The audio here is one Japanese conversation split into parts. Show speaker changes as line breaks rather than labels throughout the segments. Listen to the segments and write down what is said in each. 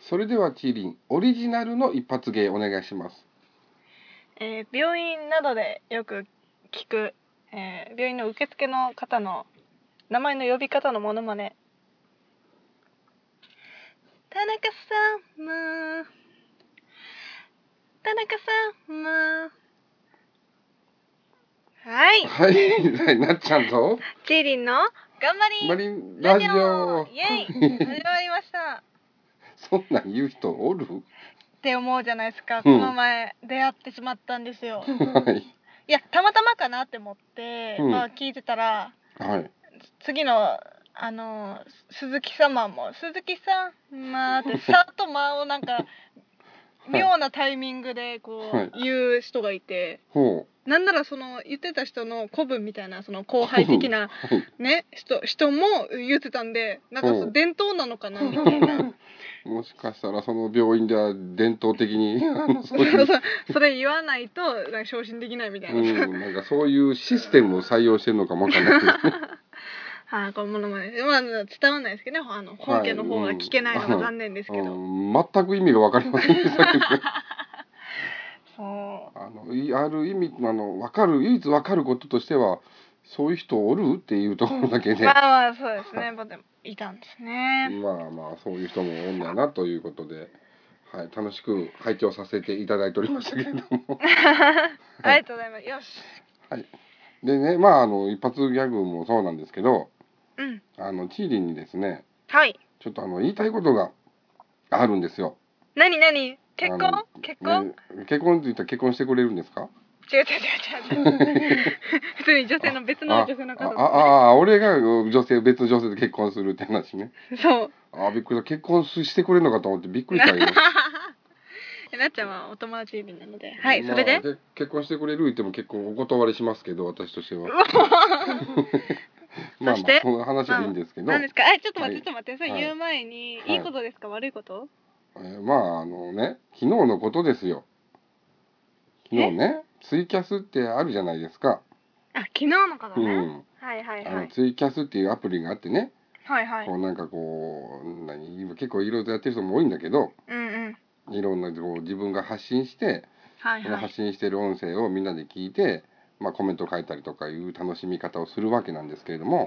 それではちーりんオリジナルの一発芸お願いします
えー病院などでよく聞く、えー病院の受付の方の名前の呼び方のモノマネ田中さんむ田中さんむはい
はいなっちゃんと
チーリンの頑張
マ
り
リンラジオ
イエイ始まりました
そんなん言う人お る
って思うじゃないですか、
ん
この前出会ってしまったんですよ
はい
いやたまたまかなって思って、
うん
まあ聞いてたら
はい
次のあのす鈴木様も「鈴木さんまあ」って「さ」と「ま」をなんか妙なタイミングでこう、
はい
言う人がいて
ほ
なんならその言ってた人の古文みたいなその後輩的なね人人も言ってたんでなんかそううん伝統なのかなみたいな
うもしかしたらその病院では伝統的にあの
そ
そう
う
いう
そうそれ言わないとなんか昇進できないみたいな。
うん、なんかそういうシステムを採用してるのかもわかんないですね
あーこのものまね、まあ、伝わんないですけどねあの本家の方が聞けないのが残念ですけど、
うん全く意味が分かりませ んでしたけど
そ
あのいある意味あの分かる唯一分かることとしてはそういう人おるっていうところだけ
う
で、
まあまあそうですねまあでもいたんですね
まあまあそういう人もおんだなということで、はい、楽しく拝聴させていただいておりましたけれど も
ありがとうございますよし
でねまああの一発ギャグもそうなんですけど
うん
あのチーリンにですね
はい
ちょっとあの言いたいことがあるんですよ。
何何結
あ
婚
の
結婚、
ね結婚って言ったら結婚してくれるんですか
違う違う違う違う 普通に女性の別の女性の
あ
方
あああ俺が女性別の女性と結婚するって話ね
そう
あびっくりした結婚してくれるのかと思ってびっくりしたよ
えなっちゃんはお友達指なのではいそれで、
まあ結婚してくれる言っても結構お断りし ますけど私としてはまあまあ
そして
その話はいいんですけど、
何ですかあちょっと待って、
はい
ちょっと待ってそれ
はい
言う前に、
はい
い、いことですか悪いこと
えーまああのね昨日のことですよ昨日ねツイキャスってあるじゃないですか、
あ昨日のこと
う
ね、
ん、
はいはい
あ
は
の
い
ツイキャスっていうアプリがあってね、
はいはい
こうなんかこう何今結構いろいろやってる人も多いんだけど
うんうん
いろんなこう自分が発信して
はい
その
はい
発信してる音声をみんなで聞いて、まあ、コメント書いたりとかいう楽しみ方をするわけなんですけれども、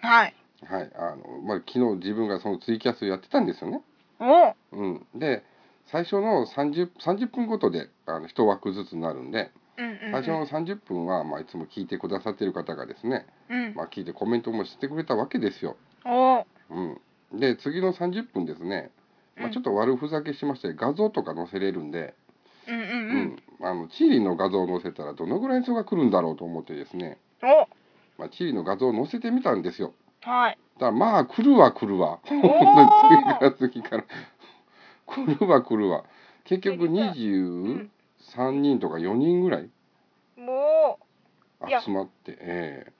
はい
はいあのまあ、昨日自分がそのツイキャスやってたんですよね。
お
うん、で最初の 30, 30分ごとであの1枠ずつになるんで
うんうんう
最
ん
初の30分は、まあ、いつも聞いてくださってる方がですね、
うん
まあ、聞いてコメントもしてくれたわけですよ。
お
うん、で次の30分ですね、ま
う
あ、
ん
ちょっと悪ふざけしまして画像とか載せれるんで、
うんうん
う
うん
ん、あのチリの画像を載せたらどのぐらいの人が来るんだろうと思ってですね、
お
まあ、チリの画像を載せてみたんですよ
はい
だからまあ来るわ来るわ
お
次か
ー
ら次から来るわ来るわ結局
来
23人とか4人ぐらい
もいや
集まってえ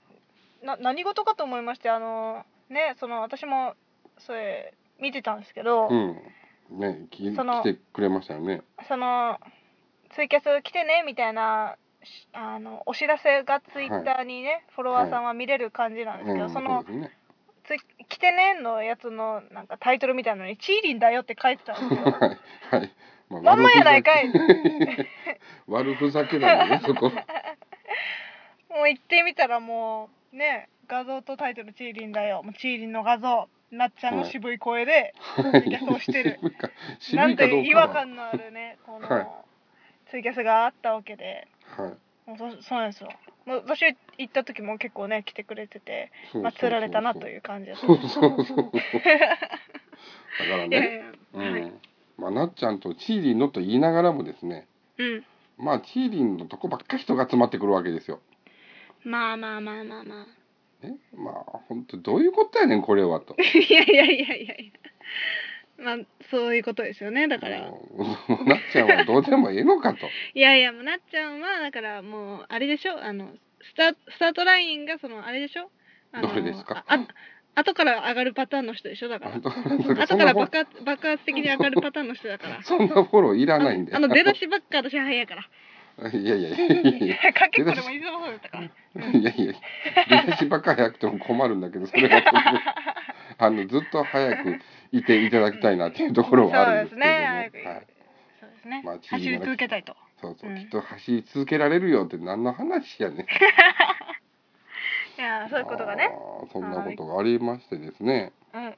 うな何事かと思いましてあのねその私もそれ見てたんですけど、
えうんねき
その
来てくれましたよね
そのツイキャス来てねみたいなしあのお知らせがツイッターにね、フォロワーさんは見れる感じなんですけど、
うん
その
うですね
「つ来てね」のやつのなんかタイトルみたいなのに「チーリンだよ」って書いてた んですよ。
はいはいまあ
なんもやないかい
悪ふざけだよ ねそこ
もう行ってみたらもうね画像とタイトル「チーリンだよ」もうチーリンの画像なっちゃんの渋い声でツイキャスをし てる、
渋いか
な
渋
ん
い
と
かど
いうう
か
違和感のあるねこ
はい
のツイキャスがあったわけで
はい
もうそそうなんですよもう私行った時も結構ね来てくれてて、
そうそうそうそう
まあ、釣られたなという感じだった
そうそう そう。だから
いやい
ね、
やいや
う
はい
ん、まあなっちゃんとチーリンのと言いながらもですね、
うん
まあチーリンのとこばっか人が集まってくるわけですよ。
まあまあまあまあまあ
ね、まあ本当どういうことやねんこれはと。
いやいやいやいやいやまあそういうことですよ ねだから
うん なっちゃんはどうでもええのかと。
いやいやもうなっちゃんはだからもうあれでしょあのスタスタートラインがそのあれでしょあの
どれですか
あ後から上がるパターンの人でしょだから
あと そ
後
ん
か
な
ら
フォ
爆発爆発的に上がるパターンの人だか ら
そんなフォローいらないんで。
あの出だしばっか私早いから
いやいやいやいやいや。
かけっこでもいつもそうだったから
いやいや、 出だしばっかり早くても困るんだけど、それはそれであのずっと早くいていただきたいなっていうところはあるんですけれども、
そうですね
はい、
そうですね、
まあ知事
走り続けたいと
そうそう、
うん
きっと走り続けられるよって何の話やねん
いやーそういうことがね
あーそんなことがありましてですね
うん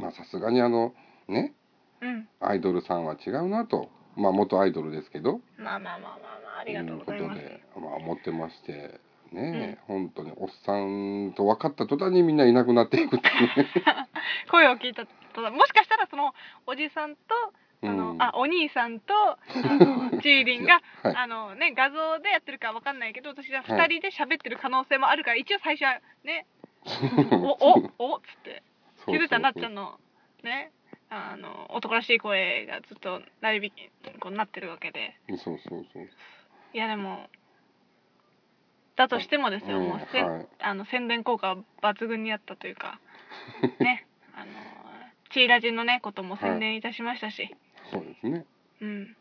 まあさすがにあのね
うん
アイドルさんは違うなとまあ元アイドルですけど
まあまあまあまあまあありがとうございます、
いうことで、まあ、思ってましてね、本当におっさんと分かった途端にみんないなくなっていくっていうね
声を聞いたともしかしたらそのおじさんと あの、
うん
あお兄さんと ジーリンが、
はい
あのね画像でやってるかわかんないけど私は
は
2
い
人で喋ってる可能性もあるから、一応最初は ね「おおおっつって
そうそうそう
気づいたらなっちゃんのねあの男らしい声がずっと鳴り響きこうなってるわけで
そうそうそう
いやでもだとしてもですよ、
うん
もうせん、
はい
あの宣伝効果は抜群にあったとい うかねあのチーラジのねことも宣伝いたしましたし、
そうですね
うん、
だ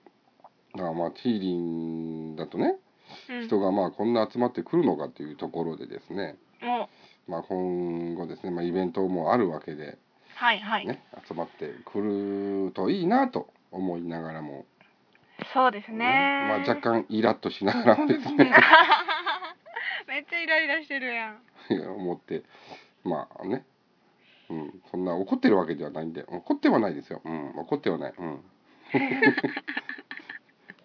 からまあチーリンだとね
うん、
人がまあこんな集まってくるのかというところでですね
もう
まあ今後ですね、まあ、イベントもあるわけで
はいはい、
ね集まってくるといいなと思いながらも、
そうですね
まあ、若干イラッとしながらもですね
めっちゃイライラしてるやん
思ってまあね、うん、そんな怒ってるわけではないんで怒ってはないですよ、うん、怒ってはない、 うん、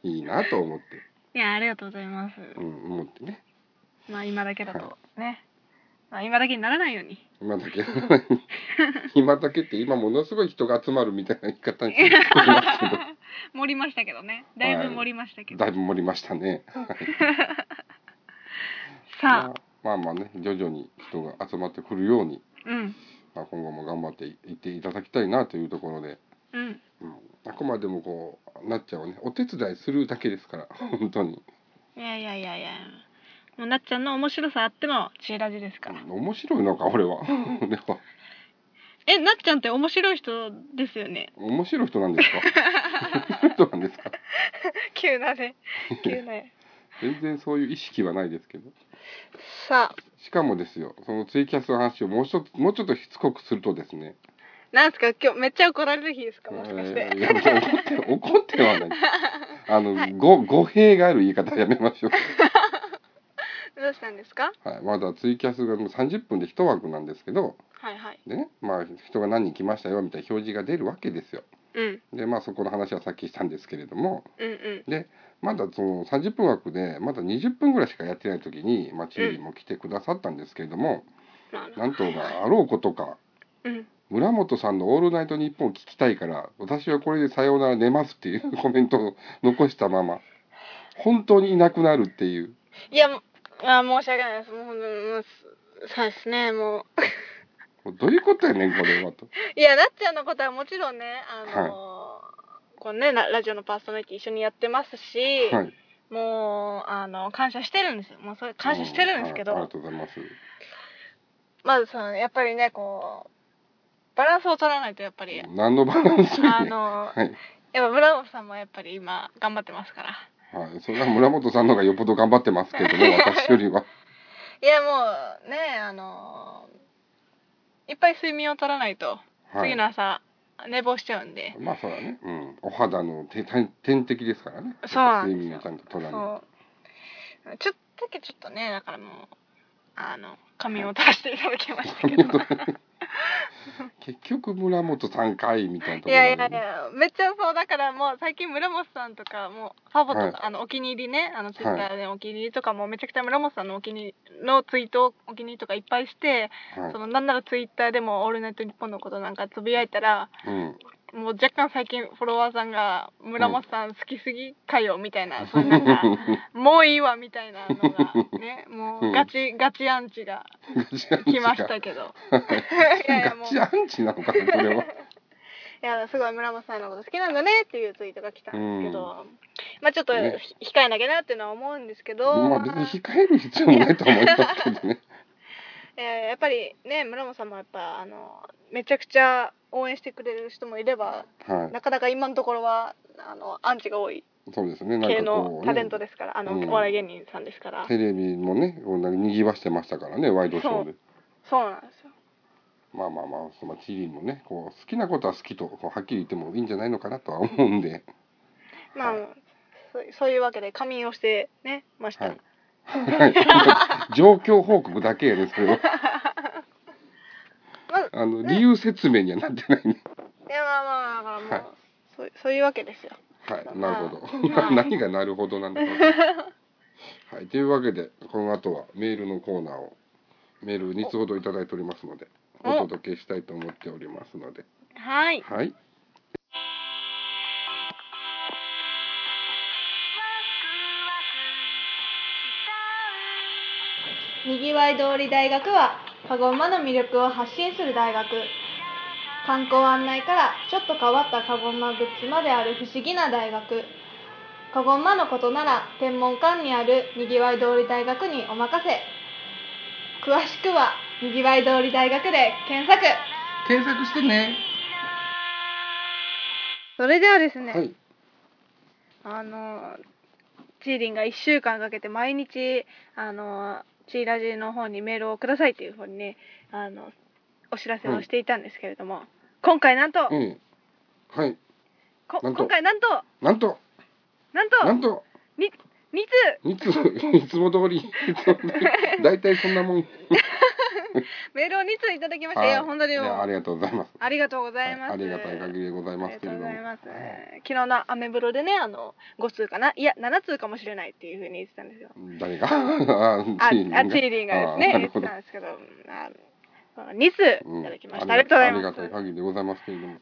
いいなと思って、
いやありがとうございます
うん、思ってね
まあ今だけだ
は
とね、まあ、今だけにならないように
今だけ 今だけって今ものすごい人が集まるみたいな言い方 にしてますけど
盛りましたけどねだいぶ盛りましたけど、
だいぶ盛りましたね。
さあ
まあまあね徐々に人が集まってくるように、
うん
まあ、今後も頑張っていっていただきたいなというところで、
うん
うん、あくまでもこうなっちゃんはねお手伝いするだけですから 本当に
いやいやいやいやもうなっちゃんの面白さあっての知恵ラジですから、
面白いのか俺 はでも
えなっちゃんって面白い人ですよね
面白い人なんですか面白い人なんですか
急な ね急なね
全然そういう意識はないですけど
さあ
しかもですよそのツイキャスの話をもうちょっともうちょっとしつこくするとですね
なんすか今日めっちゃ怒られる日ですかもしかして、
えーいや別に怒って怒ってはないあの、
はい
ご語弊がある言い方やめましょう
どうしたんですか
はい、まだツイキャスがもう30分で1枠なんですけど
はいはい
でね、まあ、人が何人来ましたよみたいな表示が出るわけですよ
うん
でまあそこの話はさっきしたんですけれども
うんうん
でまだその30分枠でまだ20分ぐらいしかやってない時に、まあ、チーリも来てくださったんですけれども、
まあまあ
なんとまああろうことか
うん
村本さんの「オールナイトニッポン」を聞きたいから私はこれでさようなら寝ますっていう コメントを残したまま本当にいなくなるっていう
いやもあー申し訳ないですもうほんとにもうすそうですねも
もうどういうことやねんこれはと。
う いやなっちゃんのことはもちろんねあのーこうねララジオのパーソナリティ一緒にやってますし、
はい
もうあの感謝してるんですよもうそれ感謝してるんですけど、
うはいありがとうございます
まずそのやっぱりねこうバランスを取らないとやっぱり、
何のバランスや
あ
ねん
の
はい、
やっぱ村本さんもやっぱり今頑張ってますから
はい、それは村本さんの方がよっぽど頑張ってますけどね 私よりはい
やもうねあのいっぱい睡眠を取らないと、
はい
次の朝寝坊しちゃうんで
まあそうだね、うん、お肌のてた天敵ですからね
そうなんですよ
睡眠をちゃんと取らない
そうちょっとだけちょっとねだからもうあの仮眠を取らせていただきましたけど、
と 結局村本さんかいみたいなとこ
い
ろが
や
ね
いやいや、めっちゃそう、だからもう最近村本さんとか、もうファボとか、
はい
あの、お気に入りね、あの、ツイッターでお気に入りとかも、めちゃくちゃ村本さんのお気に入りのツイートをお気に入りとかいっぱいして、
はい
その、なんならツイッターでも、オールナイトニッポンのことなんかつぶやいたら、
うん、
もう若干最近フォロワーさんが、村本さん好きすぎかよ、みたいな、そういうなんか、もういいわ、みたいなの が、ね、も
うん
うガチ、ガチアンチが
ガチアンチ
来
が
ましたけど。いやいや
ガ
もう
チアンチなのかなこれは
いやすごい村本さんのこと好きなんだねっていうツイートが来たんですけど、まあちょっと
ね
ひ控えなきゃなっていうのは思うんですけど、
まあ別に控える必要もないと思いますけどね
えーやっぱりね村本さんもやっぱあのめちゃくちゃ応援してくれる人もいれば
は
なかなか今のところはあのアンチが多い
いそうですねなん
系
かこう、
の
ね、
タレントですから、あの
うん
お笑い芸人さんですから、
テレビもねこうなんかにぎわしてましたからねワイドショーで
そうなんですよ
まあまあまあ、そのチリもね、こう好きなことは好きと、こうはっきり言ってもいいんじゃないのかなとは思うんで。
まあ、そそういうわけで仮眠をしてねました、
はいはい。状況報告だけやですけ ど。あの理由説明にはなってないね。
いやまあまあまあまあ、もう
は
そうそういうわけですよ
はい、なるほど。
ま あ
何がなるほどなんだろう。はい、というわけで、この後はメールのコーナーを。メール2つほどいただいておりますので、
お
お届けしたいと思っておりますので。
はい
はい。
にぎわい通り大学はカゴ馬の魅力を発信する大学観光案内からちょっと変わったカゴ馬グッズまである不思議な大学カゴ馬のことなら天文館にあるにぎわい通り大学にお任せ詳しくはにぎわい通り大学で検索
検索してね。
それではですね、
はい。
あのチーリンが1週間かけて毎日あのチーラジの方にメールをくださいっていう方にねあのお知らせをしていたんですけれども、今回なんと、
うん。はい。
こ
なんと
今回なんと
なんと、
なん
なん
と
と、
に2通
いつ、いつも通り、いつも通 り、大体そんなもん。
メールを2通いただきました、
はい
い、や本当にもう
いやありがとうございます。
ありがとうございま
は
す、
いありがたい限りでございますけれども。
ありがとうございます、
は
昨日のアメブロでねあの5通かないや7通かもしれないっていうふうに言ってたんですよ
い誰が あ
あ、あチ
チーリンが
ーリンがですね
あ、な
言
る
って
ほど
たんですけど、あの2通いただきました。ありがとう
あり
ご
が
ざ
た
い
い
ます。
限りでございますけれども。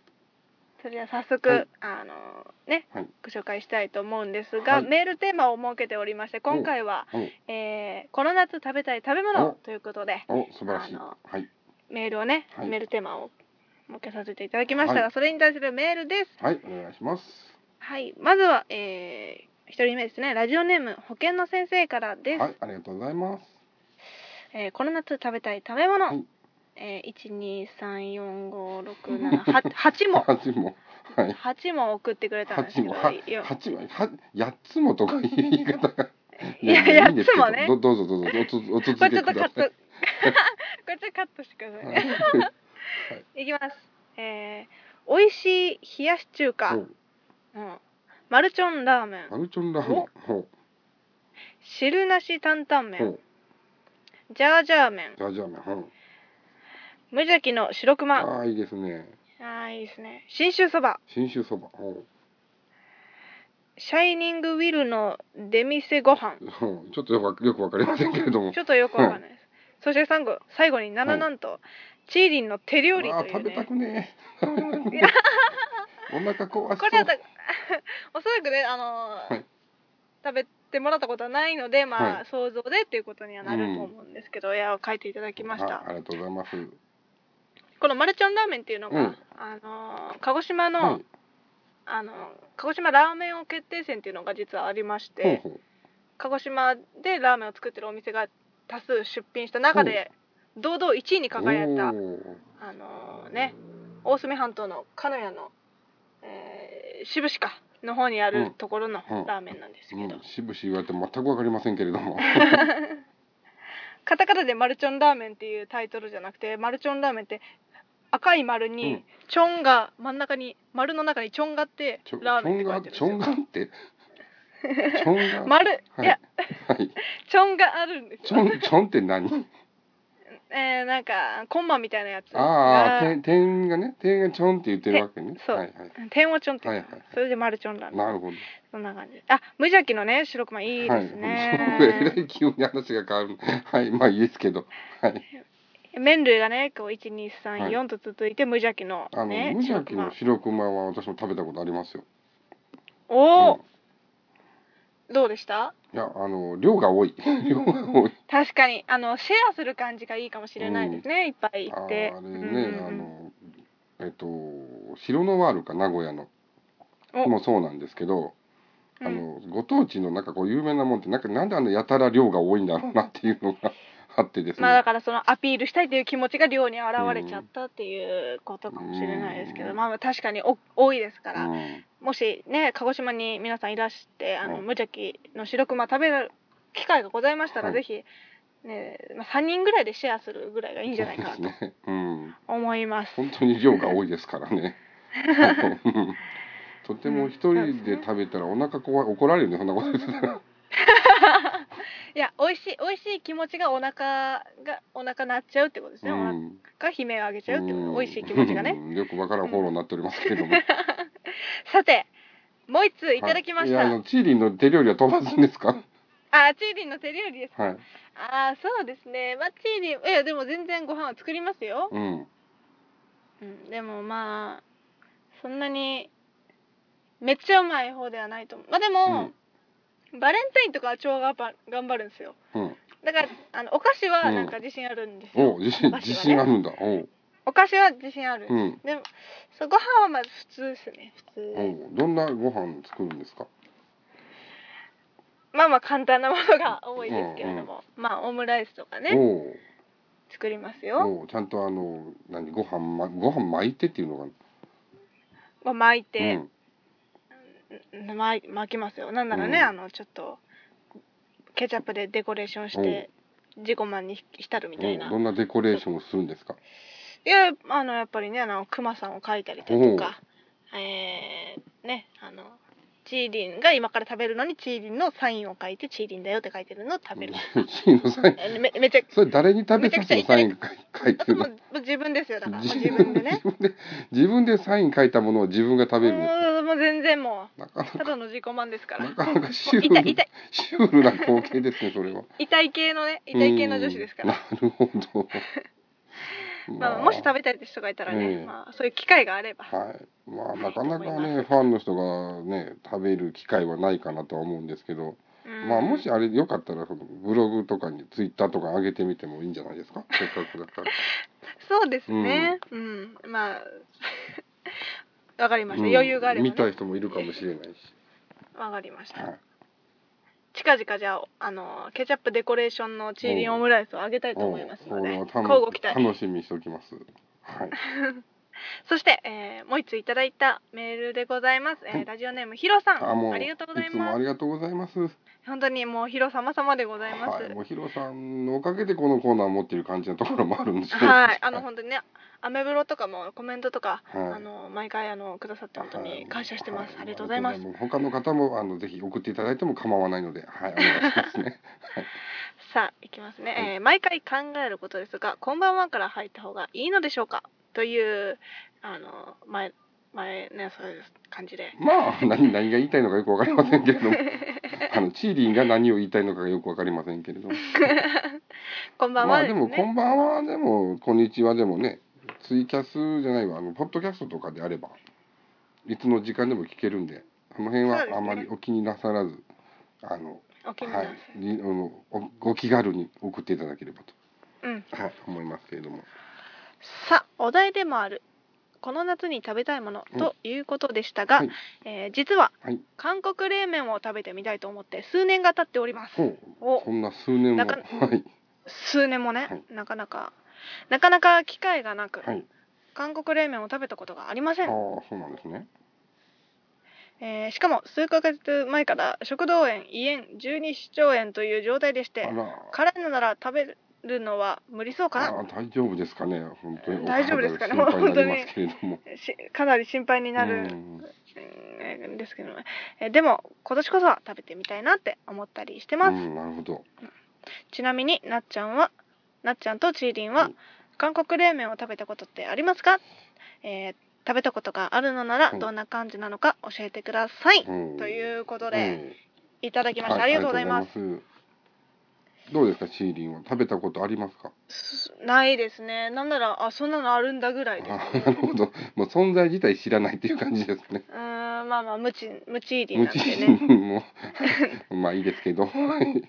それでは早速、
はい
あのね、
はい
ご紹介したいと思うんですが、
はい
メールテーマを設けておりまして、今回は、
はい
えーこの夏食べたい食べ物
お
ということで、
お、素晴らしい。
あの
はい。
メールをね、
はい
メールテーマを設けさせていただきましたが、
はい
それに対するメールです。
はい、お願いします。
はい、まずは、え1人目ですね、ラジオネーム保健の先生からです。
はい、ありがとうございます。
えーこの夏食べたい食べ物、
はい
えー、123456788も
八も。はい。
8も送ってくれたんです
八
けど
も、はい
や
八も、は、八つもとかいう言い方が。
いや
やいいんですけど
八つもね
どどうぞどうぞ、おつ、お続
これち
け
ょっと
く
カッ
だ
トこ
さい。
れちょっとカットしてください、
はい
ね、いきますえー、美味しい冷やし中華、
お
うん、マルチョンラーメン
マルチョンラーメン。ほ
汁なし担々
う、
麺
ほ
ジャージャー麺
う、ジャージャー麺。ほう。
無邪気の白熊あ
ああ、いいですね。
ーいいですね信州そば
信州そば。ほ
シャイニングウィルの出店ご飯
う、ほう、ちょっとよくわ、よくわかりませんけれども
ち。ょっとよくわかんないです。そして最後最後に七なんと、チーリンの手料理
あ
と
ー
いう
食べた
ね。
くねえ。食べたくねえ。 お腹壊し
こ
そう
れはた おそらくねあのー
はい
食べてもらったことはないのでまあ、
はい
想像でっていうことにはなると思うんですけど、いや書いていただきまし
は
た
い。ありがとうございます。
このマルちゃんラーメンっていうのが、
うん
あのー鹿児島の、
はい。
あのー鹿児島ラーメン王決定戦っていうのが実はありまして、
ほうほう。
鹿児島でラーメンを作ってるお店が多数出品した中で、堂々1位に輝いた
おー
あのね大隅半島の鹿屋の、えー、渋市かの方にあ
う
る
ん
ところの
うん
ラーメンなんですけど、
うん、しぶしぶ言われても全くわかりませんけれど も。
カタカナで「マルチョンラーメン」っていうタイトルじゃなくて「マルチョンラーメン」って赤い丸に、
うん
チョンが真ん中に丸の中にチョンがあって
ちょ、ち
ラ
ょ
ーメンっ
ん
て書い
が、
てるんで
ち
す
ょんがっ
よ
て。ちょんが。
丸、、
はいい。
や
はい。
チョンがあるんです
ち
よ
ょ、ん、ちょんって何。
えー、なんかコンマみたいなやつ
ああ、
が
点、点がね、点がちょんって言ってるわけね。
そう
はいはい。
点をチョンって、
はいはい
それでマルチョンラーメン
なるほど。
そんな感じあ無邪気のね白熊いいですね、
はい、えらい急に話が変わる。はい、まあいいですけど。はい。
麺類がねこう1234
は
と続いて無邪気の
あの、
ね
無邪気の
白
白熊は私も食べたことありますよ。
熊おお、
うん
どうでした
いや、あの、量が 多い。量が多い。
確かにあのシェアする感じがいいかもしれないですね、いっぱい行
あ
って
ーあれ
うんうん
ね、
うん
あのえっと白のワールか名古屋の
お
もそうなんですけど、
うん
あのご当地のなんかこう有名なもんってなんかなんであのやたら量が多いんだろうなっていうのがあってですね。
まあだからそのアピールしたいという気持ちが量に現れちゃったっていうことかもしれないですけど、
うん
まあまあ確かにお多いですから、
うん
もしね鹿児島に皆さんいらしてあの
はい
無邪気の白熊食べる機会がございましたら、
はい
ぜひねまあ、3人ぐらいでシェアするぐらいがいいんじゃないかな
そう
と
ですね。うん。
思います。
本当に量が多いですからね。 とても一人で食べたらお腹怖い怒られるねそんなことですたら。
いや、美味しい、美味しい気持ちがお腹が、お腹鳴っちゃうってことですね。
う
お腹
ん。
が悲鳴を上げちゃうってこと、
うん
美味しい気持ちがね。
うんよくわからんフォローになっておりますけれども。
さて、もう一 通いただきました。
はいいやあのチーリンの手料理は飛ばすんですか。
あ、チーリンの手料理です。
はい。
あー、そうですね。まあ、チーリン、いや、でも全然ご飯は作りますよ。
うん。
うん、でもまあ、そんなに、めっちゃうまい方ではないと思う。まあでも、バレンタインとかは超がば頑張るんですよ。
うん。
だから、あの、お菓子はなんか自信あるんですよ。
お自信、
昔はね
自信あるんだ。おう。
お菓子は自信ある。
うん。
でもそうご飯はまず普通ですね普通、
おうどんなご飯作るんですか。
まあまあ簡単なものが多いですけれども、まあオムライスとかね
おう。
作りますよ、
おうちゃんとあの何ご飯まご飯巻いてっていうのが。
まあ、巻いうて、
ん。
うん巻い巻きますよなんならね、
うん
あのちょっとケチャップでデコレーションして自己満に浸るみたいな、
おうどんなデコレーションをするんですか。
いやあのやっぱりねあのクマさんを描いたりだとかえー、ねあのチーリンが今から食べるのにチーリンのサインを書いてチーリンだよって書いてるのを食べる、
チーのサイン。
えめめちゃ
それ誰に食べさせのサイン書いてる
も
の
うもう自分ですよだからもう
自
自
分
分でね
自分で自分でサイン書いたものを自分が食べるんです
もうもう全然も
なか
うただの自己満ですから
なかなかなかシュー
痛い
ル
痛い
シュールな光景ですねそれは
痛い系のね痛い系の女子ですから、
うんなるほど
まあ、もし食べたいって人がいたらね、
うん
まあ、そういう機会があれば、
はいまあなかなか
いいと思いま
ねファンの人がね食べる機会はないかなとは思うんですけど、
うん
まあもしあれよかったらそのブログとかにツイッターとか上げてみてもいいんじゃないですかせっかくだから
そうですねうん、まあ わかりました、
うん
余裕があれば、ね、
見たい人もいるかもしれないし、
わかりました、
はい、
近々じゃああのケチャップデコレーションのチーリンオムライスをあげたいと思いますので
おう
交
これは
互期
楽
待
楽しみにしておきますはい
そして、えーもう一ついただいたメールでございます、えー
はい
ラジオネームヒロさん
あもう
ありがとうござい
つも
ま
あ
す
りがとうございます。
本当にもうヒロ様様でございます、
はい、もうヒロさんのおかげでこのコーナー持ってる感じのところもあるんですけど
はい、あの本当にね、アメブロとかもコメントとか、
はい
あの毎回あのくださって本当に感謝してます。
は
ありがとうございます。
他の方もあのぜひ送っていただいても構わないので、はい、お願いしますね。
さあ、いきますね、
はい
えー毎回考えることですが、こんばんはから入った方がいいのでしょうかというあの前前ねそういう感じで。
まあ何何が言いたいのかよくわかりませんけれ ども、あのチーリンが何を言いたいのかがよくわかりませんけれども、
こんばん
ま
は
あ
で
ですもこ
ね。
んばんはでもこんにちはでもね、ツイキャスじゃないわあのポッドキャストとかであればいつの時間でも聞けるんで、この辺
そう
は
ですね
あまりお気になさらず、あの
お気にな
は
さい
い、にあのおお気軽に送っていただければと、
うん。
はい、思いますけれども、
さあ、お題でもある。この夏に食べたいもの
うん
ということでしたが、
はい、
えー実は
はい、
韓国冷麺を食べてみたいと思って数年が経っております。
ほう
お
そんな数年も、
なか
はい、
数年もね、
はい
なかなかなかなか機会がなく、
はい、
韓国冷麺を食べたことがありま
あ
せ
あ
ん、
そうなんですね。
えーしかも数ヶ月前から食道炎胃炎十二指腸炎という状態でし
あ
て
ら、
辛いのなら食べるのは無理そうか
あ大丈夫ですかね、本当に
大丈夫ですかね
お体が心配になりますけれども、
なしかなり心配にな
う
る
んん
えーですけども、えーでも今年こそは食べてみたいなって思ったりしてま
う
す、
ん、なるほど、
ちなみになっちゃんはなっちゃんとちーりんは
うん
韓国冷麺を食べたことってありますか、えー食べたことがあるのなら
うん
どんな感じなのか教えてください、
うん
ということ
え
で、
え
いただきました、
は
ありがとうございます
ありがとうございますどうですか、シーリンは食べたことありますか。
ないですねなんならあそんなのあるんだぐらいです
あ なるほど、もう存在自体知らないっていう感じですね。
うーんまあまあ無知無知入り
無
なん
知
でね
も うまあいいですけど、はい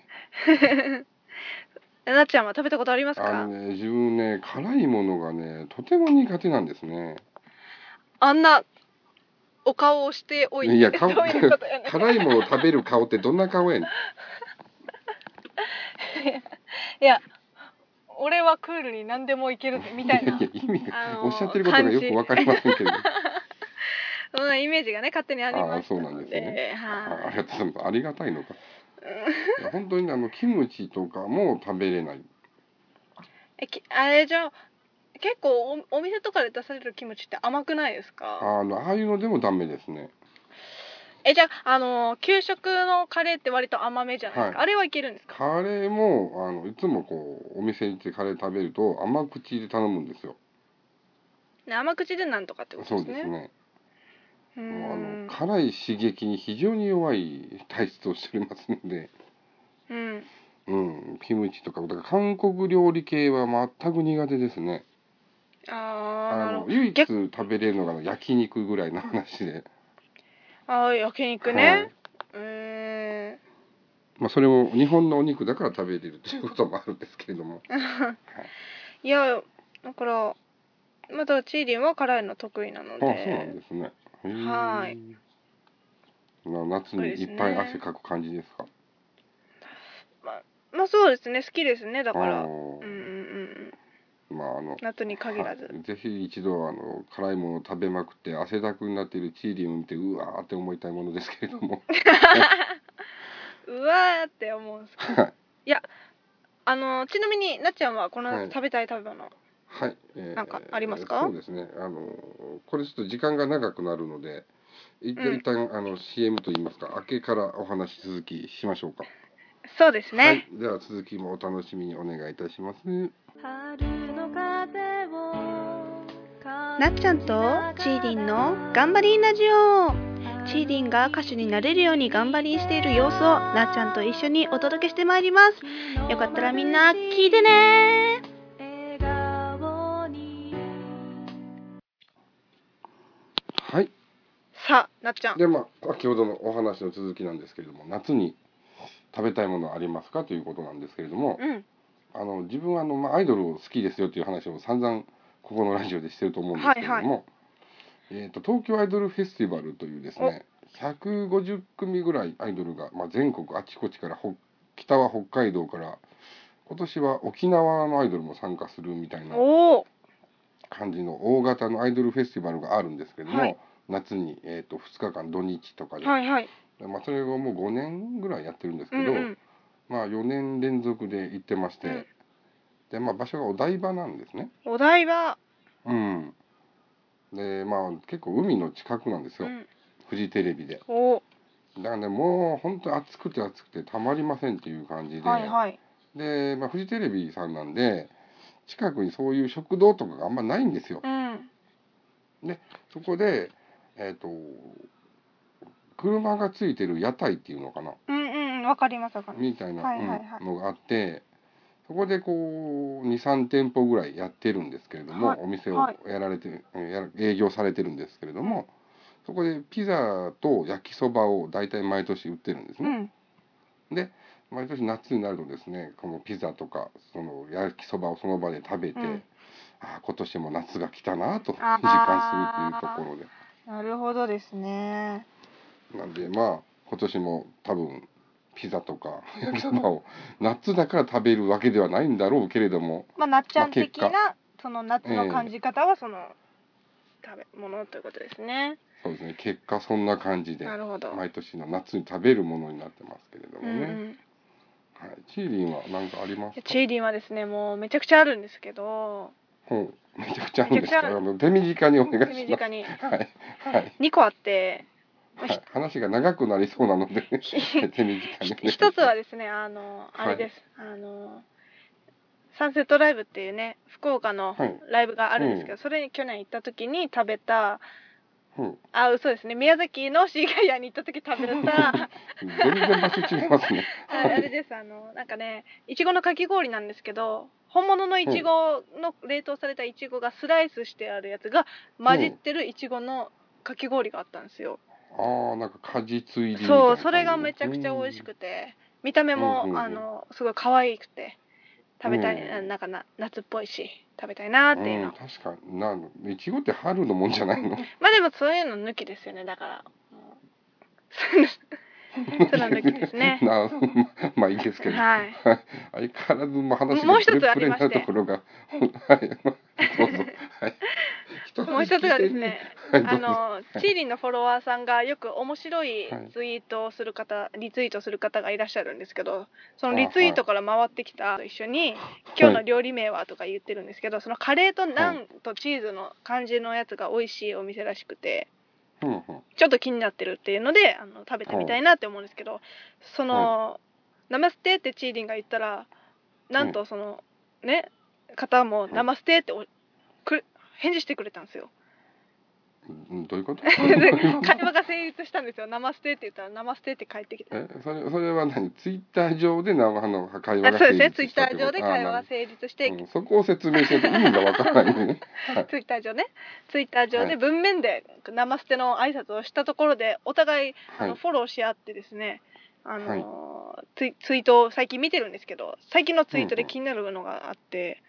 なっちゃんは食べたことあります
あ
かあ
のね、自分ね、辛いものがね、とても苦手なんですね。
んなお顔をしておいて
いや、
そ
顔
ういうことよね
辛いものを食べる顔ってどんな顔やねん。
いや俺はクールに何でもいけるぜみたい
いや
ない
や、意味
あ
が、
の
おっしゃってることがよくわかりません けど。
そんなイメージがね勝手にありましたの
あーそ
で
うなんですね
はい
あありがとうございます。ありがたいのか。いや本当にあのキムチとかも食べれない
えきあれじゃあ結構おお店とかで出されるキムチって甘くないですか
あのああいうのでもダメですね
えじゃあ、あのー給食のカレーって割と甘めじゃないですか、
はい
あれはいけるんですか
カレーもあのいつもこうお店に行ってカレー食べると甘口で頼むんですよ
ね甘口でなんとかってこと
そ
で
う
す
で
ね
すね
うー
もうあの
ん
辛い刺激に非常に弱い体質をしておりますので
うん
うんキムチとかだから韓国料理系は全く苦手ですね
ああな
あ
る
の
ほど
唯一
逆
食べれるのが焼肉ぐらいの話で、
ああ焼肉
は
ね
い、
うーん
まあ、それも日本のお肉だから食べれるということもあるんですけれども
いやだからまたチーリンは辛いの得意なの
あ
で
そうなんですねへえ
はい
な夏にいっぱい汗かく感じですか
まあそうですね好きですねだから
あ
う
ー
んうんうん
まああの
夏に限らず、
はいぜひ一度あの辛いものを食べまくって汗だくになっているチーリンを見てうわーって思いたいものですけれど も
うわーって思うんですけど
はい
いやあのちなみになっちゃんはこの
は
夏
い
食べたい食べ物、
はい、えー
なんかありますか
そうですねあのこれちょっと時間が長くなるので一
うん
旦一旦あの CM といいますか明けからお話し続きしましょうか、
そうですね、
はい、では続きもお楽しみにお願いいたします
春の風を
なっちゃんとチーリンの頑張りんラジオチーリンが歌手になれるように頑張りんしている様子をなっちゃんと一緒にお届けしてまいりますよかったらみんな聞いてね
笑顔に
はい
さあなっちゃん
でまあ先ほどのお話の続きなんですけれども夏に食べたいものはありますかということなんですけれども
うん
あの自分はあの、まあ、アイドルを好きですよっていう話を散々ここのラジオでしてると思うんですけれども、
はい
えー、と東京アイドルフェスティバルというですね150組ぐらいアイドルが、まあ、全国あちこちからほ北は北海道から今年は沖縄のアイドルも参加するみたいな
おお
感じの大型のアイドルフェスティバルがあるんですけれども、
はい
夏に、えー、と2日間土日とかで、
はいはい
まあ、それをもう5年ぐらいやってるんですけ
う
ど、
んうん
まあ、4年連続で行ってまして、
うん
でまあ、場所がお台場なんですね。
お台場
うん、でまあ結構海の近くなんです
う
よ、
ん
フジテレビで
おお
だからねもう本当暑くて暑くてたまりませんっていう感じで、
はいはい
で、まあ、フジテレビさんなんで近くにそういう食堂とかがあんまないんですよ
うん
そこでえっ、と車がついてる屋台っていうのかな
うんうんわかりますわかりま
みたいな、
はいはいはい
うんのがあってそこでこう23店舗ぐらいやってるんですけれども、
はい
お店を
はい
やられてる、うんやら営業されてるんですけれども、そこでピザと焼きそばを大体毎年売ってるんです
すう
ね、
ん
毎年夏になるとですねこのピザとかその焼きそばをその場で食べて、
うん
ああ今年も夏が来たなと実
あー
感するというところで
なるほどですね
なんでまあ今年も多分ピザと か焼きそばを夏だから食べるわけではないんだろうけれども
まあなっちゃん
まあ結
的
果
なその夏の感じ方はその食べ物ということですね
そうですね結果そんな感じで
なるほど
毎年の夏に食べるものになってますけれども
う
ね、
んうん
はい、チーリンは何かありますか
チーリンはですねもうめちゃくちゃあるんですけど
うんめちゃくちゃあるんです
めちゃくちゃあ
か
る
あの手短にお願い
手
します
短に
はいはい、
2個あってまあ
はい、話が長くなりそうなの で手短にお願いします
一つはですねあのあ
はい
れです、あのサンセットライブっていうね福岡の
はい
ライブがあるんですけど、
う
それに去年行った時に食べた
うん
あ嘘ですね宮崎のシーガイアに行った時食べ た
全然場所違いますね
ああれですあのなんかねいちごのかき氷なんですけど本物のいちごの冷凍されたいちごがスライスしてあるやつが混じってるいちごのかき氷があったんですよ、
ああなんか果実入りみたいな
そう
感じ
それがめちゃくちゃ美味しくて見た目も、
うんうんうん
あのすごい可愛くて食べたい、
うん
なんかな夏っぽいし食べたいなっていう
う
の、
ん、確かになんいちごって春のもんじゃないの
まあでもそういうの抜きですよねだからもう その抜きですね
なまあいいですけど、
はい
相変わらずもう話が
もう一つあ
プ
り
レッ
ま
プレ
して
なところがはいどうぞはい
もう一つがですねあのチーリンのフォロワーさんがよく面白い
はい
ツイートをする方、リツイートする方がいらっしゃるんですけどそのリツイートから回ってきたと一緒に「今日の料理名は?」とか言ってるんですけどそのカレーとナンとチーズの感じのやつが美味しいお店らしくて
うんうん
ちょっと気になってるっていうのであの食べてみたいなって思うんですけどその「ナマステ」ってチーリンが言ったらなんとそのね方も「ナマステ」っておく返事してくれたんですよ。
うんどういう こと
会話が成立したんですよ「生捨て」って言ったら「生捨て」って返ってきた
えそれそれは何ツイッター上で生の会話
あ
が
そうです
成
ね
立
ツイッ
し
タ
たって
ー
こと
上で会話が成立して、
うんそこを説明しないと意味がわから ないね
ツイッター上ねツイッター上
は
で
い
文面で「生捨て」の挨拶をしたところでお互いあ
は
の
い
フォローし合ってですねあのーツイツイートを最近見てるんですけど最近のツイートで気になるのがあって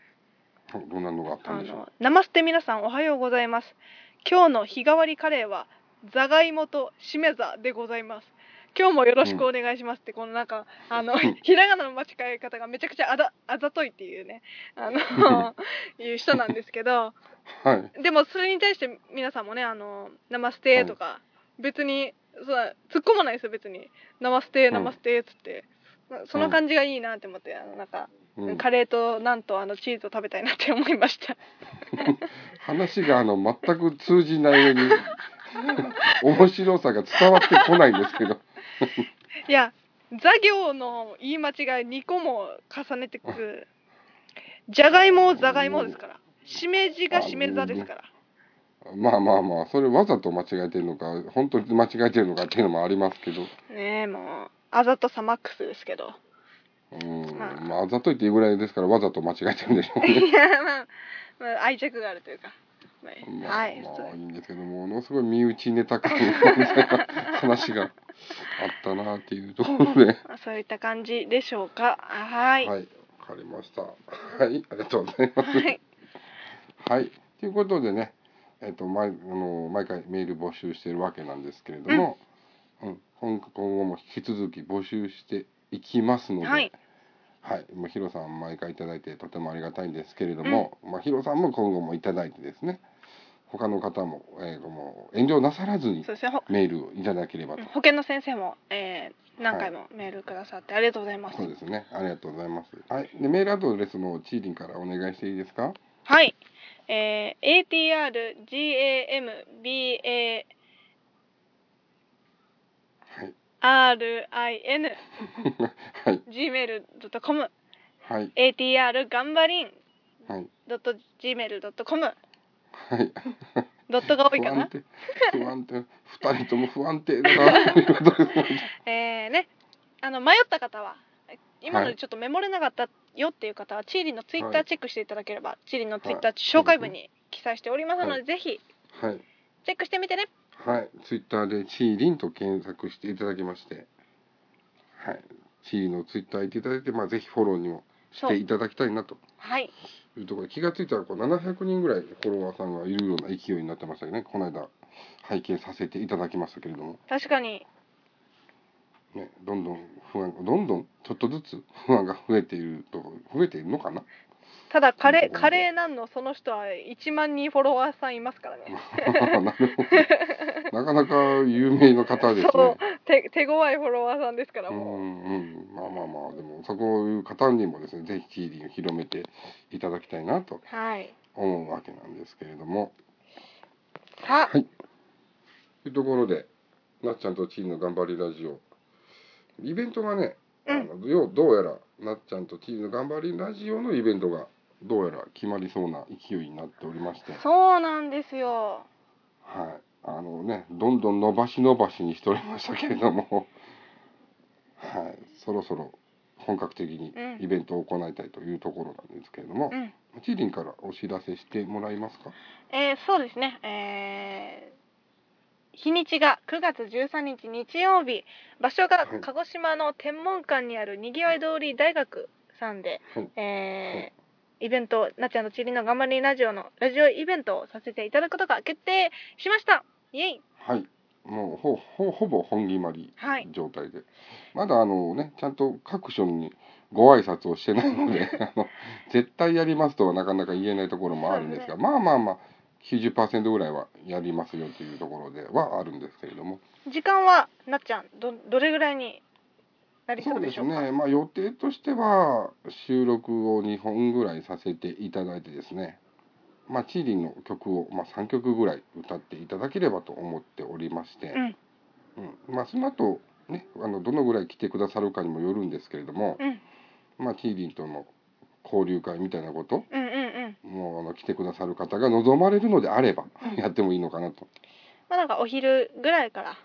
どんなのがあっ
「
たん
あ
でしょう
の生捨て皆さんおはようございます」「今日の日替わりカレーはざがいもとしめざでございます。今日もよろしくお願いしますって、このなんか、あの、ひらがなの間違え方がめちゃくちゃあだあざといっていうね、あ の、いう人なんですけど、
はい
でもそれに対して皆さんもね、あの、ナマステとか、別に、そう突っ込まないですよ、別に。ナマステ、
うん
ナマステっつって。その感じがいいなって思って、あの、なんか、
うん
カレーとなんとあのチーズを食べたいなって思いました。
話があの全く通じないように面白さが伝わってこないんですけど
いや、座行の言い間違い2個も重ねてくる。じゃがいもをざがいもですから。しめじがしめざですから。
まあまあまあそれわざと間違えてるのか本当に間違えてるのかっていうのもありますけど、
ねえ、もう、あざとさマックスですけど。
うん
まあ
まああざといっていうぐらいですからわざと間違えてるんでしょう
い
ね。
や、まあ、まあ、愛着があるというか。まあ
まあ、
はい、
ま
そう
あいいんですけどものすごい身内ネタ感の話があったなっていうところで、
まあそういった感じでしょうか。は。
はいい、わかりました。はい、ありがとうございます。
はい。
はい、ということでね、えっと毎あの毎回メール募集しているわけなんですけれども、うん今今後も引き続き募集していきますので、
はい
はいもうヒロさん毎回いただいてとてもありがたいんですけれども、まあヒロさんも今後もいただいてですね、他の方も、えー、もう遠慮なさらずに
そうですね。ほ
メールをいただければと。
保健の先生も、えー何回もメールくださってありがとうございます。
そうですね。ありがとうございます。はい。で、メールアドレスのチーリンからお願いしていいですか？
はい。えー、
は
ATRGAMBA
い。
RIN
はい。
gmail.com
はい。
ATR 頑張りん
はい。
.gmail.com
はい。
ドットが多いか
不安
な。
定。不安定。二人とも不安定だな。ということですね
えー、ね、あの迷った方は、今のでちょっとメモれなかったよっていう方は、チーリンのツイッタ
はい
ーチェックしていただければ、チーリンのツイッター紹介文に記載しておりますので、
は
ぜひ
はい。
チェックしてみてね。
はい。ツイッターでチーリンと検索していただきまして、はい。チーリンのツイッター行っていただいて、まあぜひフォローにもしていただきたいなと
はい。
いうところで、気がついたらこう700人ぐらいフォロワーさんがいるような勢いになってましたよね。この間拝見させていただきましたけれども。
確かに、
ね、どんどん不安どんどんちょっとずつ不安が増えていると増えているのかな
ただカレ
そう
ー、
そう
カレーなんのその人は1万人フォロワーさんいますからね。
なるほど なかなか有名な方です
そう
ね。
手、手強いフォロワーさんですから、
う
もう。
んうん、まあまあまあでもそういう方にもですねぜひキーリンを広めていただきたいなと
はい。
思うわけなんですけれども
さあ、
はいというところでなっちゃんとチーリンの頑張りラジオイベントがね、
うん
あのようどうやらなっちゃんとチーリンの頑張りラジオのイベントがどうやら決まりそうな勢いになっておりまして
そうなんですよ。
はい、あのね、どんどん伸ばし伸ばしにしておりましたけれども、 はい、そろそろ本格的に
うん
イベントを行いたいというところなんですけれども、
うん。
チーリンからお知らせしてもらえますか。
えーそうですね、えー日にちが9月13日日曜日場所が
はい
鹿児島の天文館にあるにぎわい通り大学さんで、
はい
えーイベント「なっちゃんのちりのがんばりラジオ」のラジオイベントをさせていただくことが決定しましたイエイ
はい、もうほほほぼ本決まり
はい
状態で、まだあのね、ちゃんと各所にご挨拶を してないので、あの絶対やりますとはなかなか言えないところもあるんですが、まあまあまあ。 90%ぐらいはやりますよというところではあるんですけれども
時間はなっちゃんどどれぐらいになりそうでしょうか
ね、まあ、予定としては収録を2本ぐらいさせていただいてですね、まあ、チーリンの曲を、まあ、3曲ぐらい歌っていただければと思っておりまして、うんまあ、その後、ね、あのどのぐらい来てくださるかにもよるんですけれども、
うんうん
まあ、チーリンとの交流会みたいなこと
うんうんうん
もうあの来てくださる方が望まれるのであれば
うん
やってもいいのかなと。
まあなんかお昼ぐらいから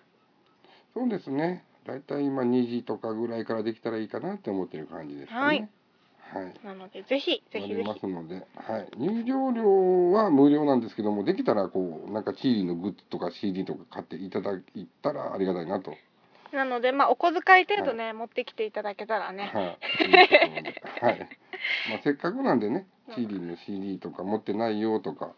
そうですね大体今2時とかぐらいからできたらいいかなって思ってる感じですかね。はい
なのでぜひ
あ
ぜひぜ
り
ひ
ますので、はい、入場料は無料なんですけどもできたらこうなんかチーリーのグッズとか CD とか買っていただいたらありがたいなと、
なのでまあお小遣い程度ね、持ってきていただけたらね、
はいいうところではいまあ、せっかくなんでねチーリーの CD とか持ってないよとか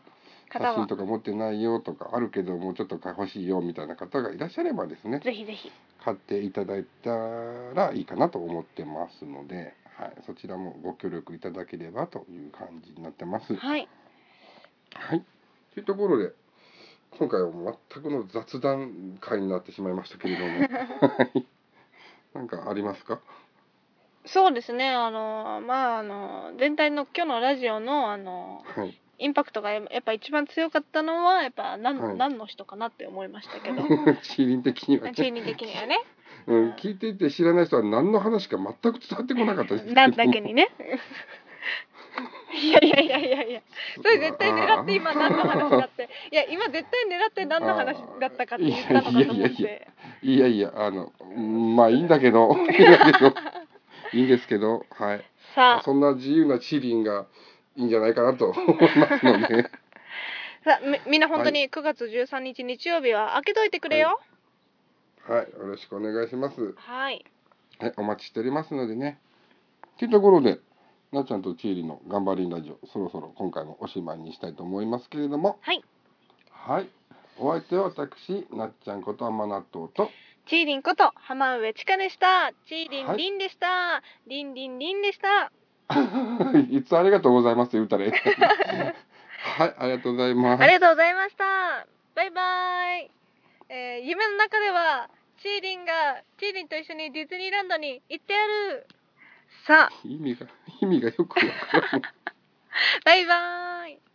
写
方は
真とか持ってないよとかあるけどもうちょっと欲しいよみたいな方がいらっしゃればですね
ぜひぜひ
買っていただいたらいいかなと思ってますので、はい、そちらもご協力いただければという感じになってます。
はい
はい。というところで、今回はもう全くの雑談会になってしまいましたけ れども、はい。なんかありますか？
そうですねあのまああの全体の今日のラジオのあの
はい。
インパクトがややっぱ一番強かったのはやっぱ何,、
はい
何の人かなって思いま したけど
地理的には
チー
ね、
ニ的に はね
うん、聞いていて知らない人は何の話か全く伝わってこなかったですけど。
だだけにね いやいやいやいやいやそれ絶対狙って今何の話だっていや今絶対狙って何の話だったかって言ったのかと思
いやいや
っ
いや
て
いやいやあのうんまあいいんだけ どいいんだけどいいんですけどはい
さあ
そんな自由な地理がいいんじゃないかなと 思いますので
さあみみんな本当に9月13日日曜日は開けといてくれよ
はいよろしくお願いします。
はい
はい、お待ちしておりますのでね。というところで、なっちゃんとちえりの頑張りラジオ、そろそろ今回もおしまいにしたいと思いますけれども。
はい。
はい。お相手は私、なっちゃんこと甘納豆と、
チーリンこと浜上千佳でしたチーリ
は
ン
い
リンでしたリンリンリンでした
いつありがとうございますって言うたらええ。はい、ありがとうございます。
ありがとうございました。バイバイ。えー夢の中では、チーリンが、チーリンと一緒にディズニーランドに行ってやる。さあ、
意味が、意味がよくわからない。
バイバイ。